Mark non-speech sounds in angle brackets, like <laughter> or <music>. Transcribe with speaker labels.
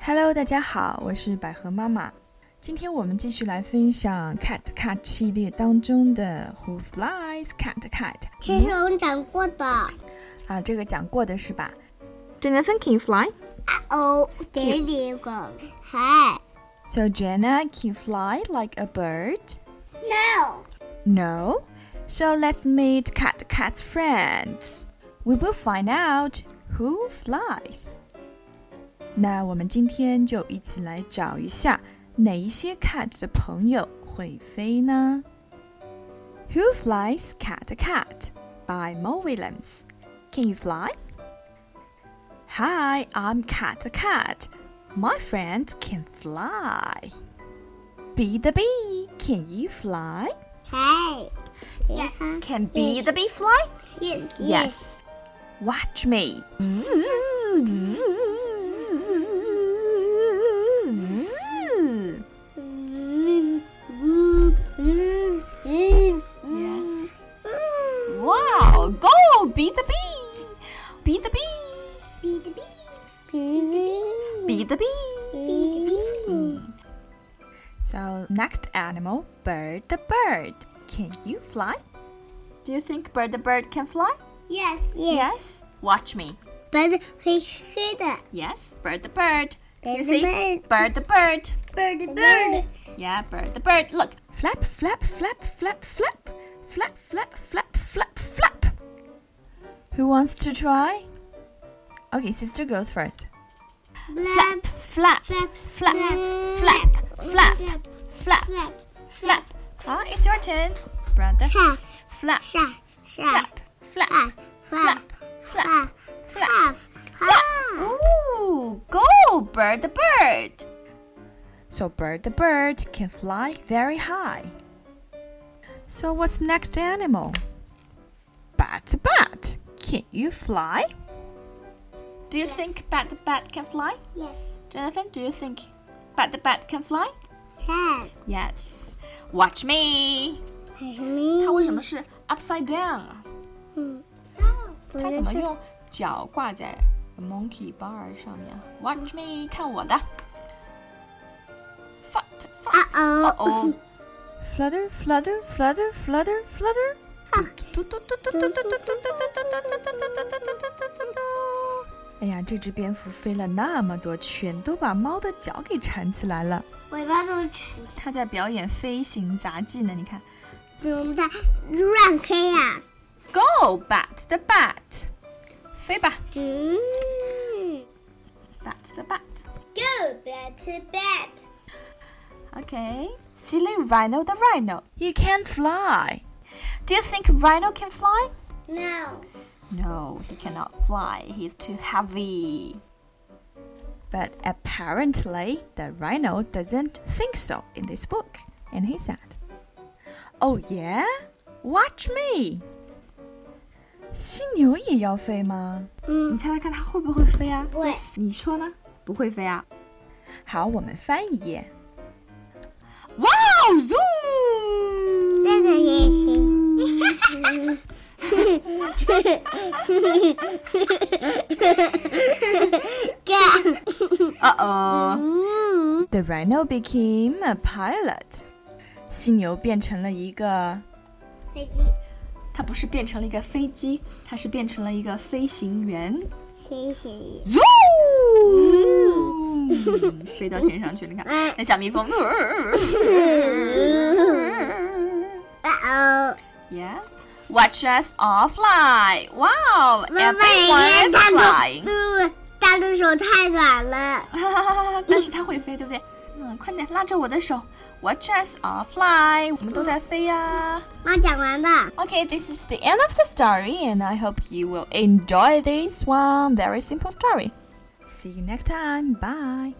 Speaker 1: Hello，大家好，我是百合妈妈。今天我们继续来分享 Cat Cat 系列当中的 Who Flies Cat Cat。
Speaker 2: 这是我们讲过的。
Speaker 1: 啊，这个讲过的是吧？Jonathan can fly.
Speaker 2: 哦，点点光，嗨
Speaker 1: So Jenna can fly like a bird.
Speaker 2: ，no，
Speaker 1: No. So let's meet Cat Cat's friends. We will find out who flies. 那我们今天就一起来找一下哪一些 cat 的朋友会飞呢？Who flies Cat Cat by Mo Williams. Can you fly? Hi, I'm Cat Cat. My friends can fly. Bee the bee, can you fly?
Speaker 2: 嗨，yes，
Speaker 1: Can be the bee fly?
Speaker 2: yes
Speaker 1: Watch me. Wow, go be the bee. Be the bee. Be the bee. So next animal, bird the bird. Can you fly? Do you think bird the bird can fly?
Speaker 2: Yes, yes,
Speaker 1: Watch me.
Speaker 2: bird 会飞的
Speaker 1: Yes, bird the bird.
Speaker 2: Bird
Speaker 1: you
Speaker 2: the
Speaker 1: see?
Speaker 2: bird.
Speaker 1: bird the bird.
Speaker 2: ，bird bird
Speaker 1: Yeah, bird the bird. Look. Flap, flap, flap, flap, flap. Flap, flap, flap, flap, flap. Who wants to try? Okay, sister girls first.
Speaker 2: flap
Speaker 1: flap,
Speaker 2: flap
Speaker 1: flap, flap, flap,
Speaker 2: flap
Speaker 1: flap,
Speaker 2: flap
Speaker 1: flap. Ah, it's your turn, brother.
Speaker 2: flap
Speaker 1: Flap,
Speaker 2: flap flap
Speaker 1: flap, flap,
Speaker 2: flap
Speaker 1: flap, flap,
Speaker 2: flap
Speaker 1: flap. Ah. Ooh, go, bird the bird. So bird the bird can fly very high. So what's next animal? Bat the bat. Can you fly? Do you think bat the bat can fly?
Speaker 2: yes
Speaker 1: Jonathan, do you think bat the bat can fly?
Speaker 2: flap
Speaker 1: Yes. Watch me.
Speaker 2: 还是没
Speaker 1: 它为什么是 upside down 啊？
Speaker 2: 嗯，
Speaker 1: 它
Speaker 2: 它
Speaker 1: 怎么用脚挂在 monkey bar 上面啊？Watch me，看我的。Fart,
Speaker 2: 啊
Speaker 1: fart.
Speaker 2: 哦
Speaker 1: Oh. Flutter, flutter, flutter, flutter, flutter.
Speaker 2: 嗯
Speaker 1: 哎呀，这只蝙蝠飞了那么多圈，都把猫的脚给缠起来了。
Speaker 2: 尾巴都缠起来，
Speaker 1: 它在表演飞行杂技呢，你看。
Speaker 2: 怎么办？乱飞呀、
Speaker 1: Go, bat the bat，飞吧
Speaker 2: 嗯
Speaker 1: ，bat the bat。
Speaker 2: ，Go back to bed。
Speaker 1: Okay. Silly rhino the rhino. You can't fly. Do you think rhino can fly?
Speaker 2: No。
Speaker 1: No, he cannot fly. He's too heavy. But apparently, the rhino doesn't think so in this book. And he said, Oh, yeah? Watch me! 犀牛也要飞吗？
Speaker 2: 嗯
Speaker 1: Mm. 你猜猜看，它会不会飞啊？
Speaker 2: 会。
Speaker 1: 你说呢？不会飞啊？好，我们翻一页。哇哦，zoom！ <laughs>
Speaker 2: 这个也行。干。
Speaker 1: Uh oh.
Speaker 2: 嗯
Speaker 1: The rhino became a pilot. 犀牛变成了一个，
Speaker 2: 飞机
Speaker 1: 它不是变成了一个飞机，它是变成了一个飞行员。
Speaker 2: 谢谢。
Speaker 1: <laughs> Zoom！飞到天上去了，你看那小蜜蜂。 <laughs>
Speaker 2: 啊哦，
Speaker 1: Yeah. Watch us all fly. Wow,
Speaker 2: 妈妈，你看
Speaker 1: everyone is
Speaker 2: 它
Speaker 1: flying.
Speaker 2: 的肚，它的手太软了。
Speaker 1: <laughs> 但是它会飞，对不对？嗯，快点拉着我的手，Watch us all fly，我们都在飞呀、
Speaker 2: 妈讲完了。
Speaker 1: Okay, this is the end of the story, and I hope you will enjoy this one very simple story. See you next time. Bye.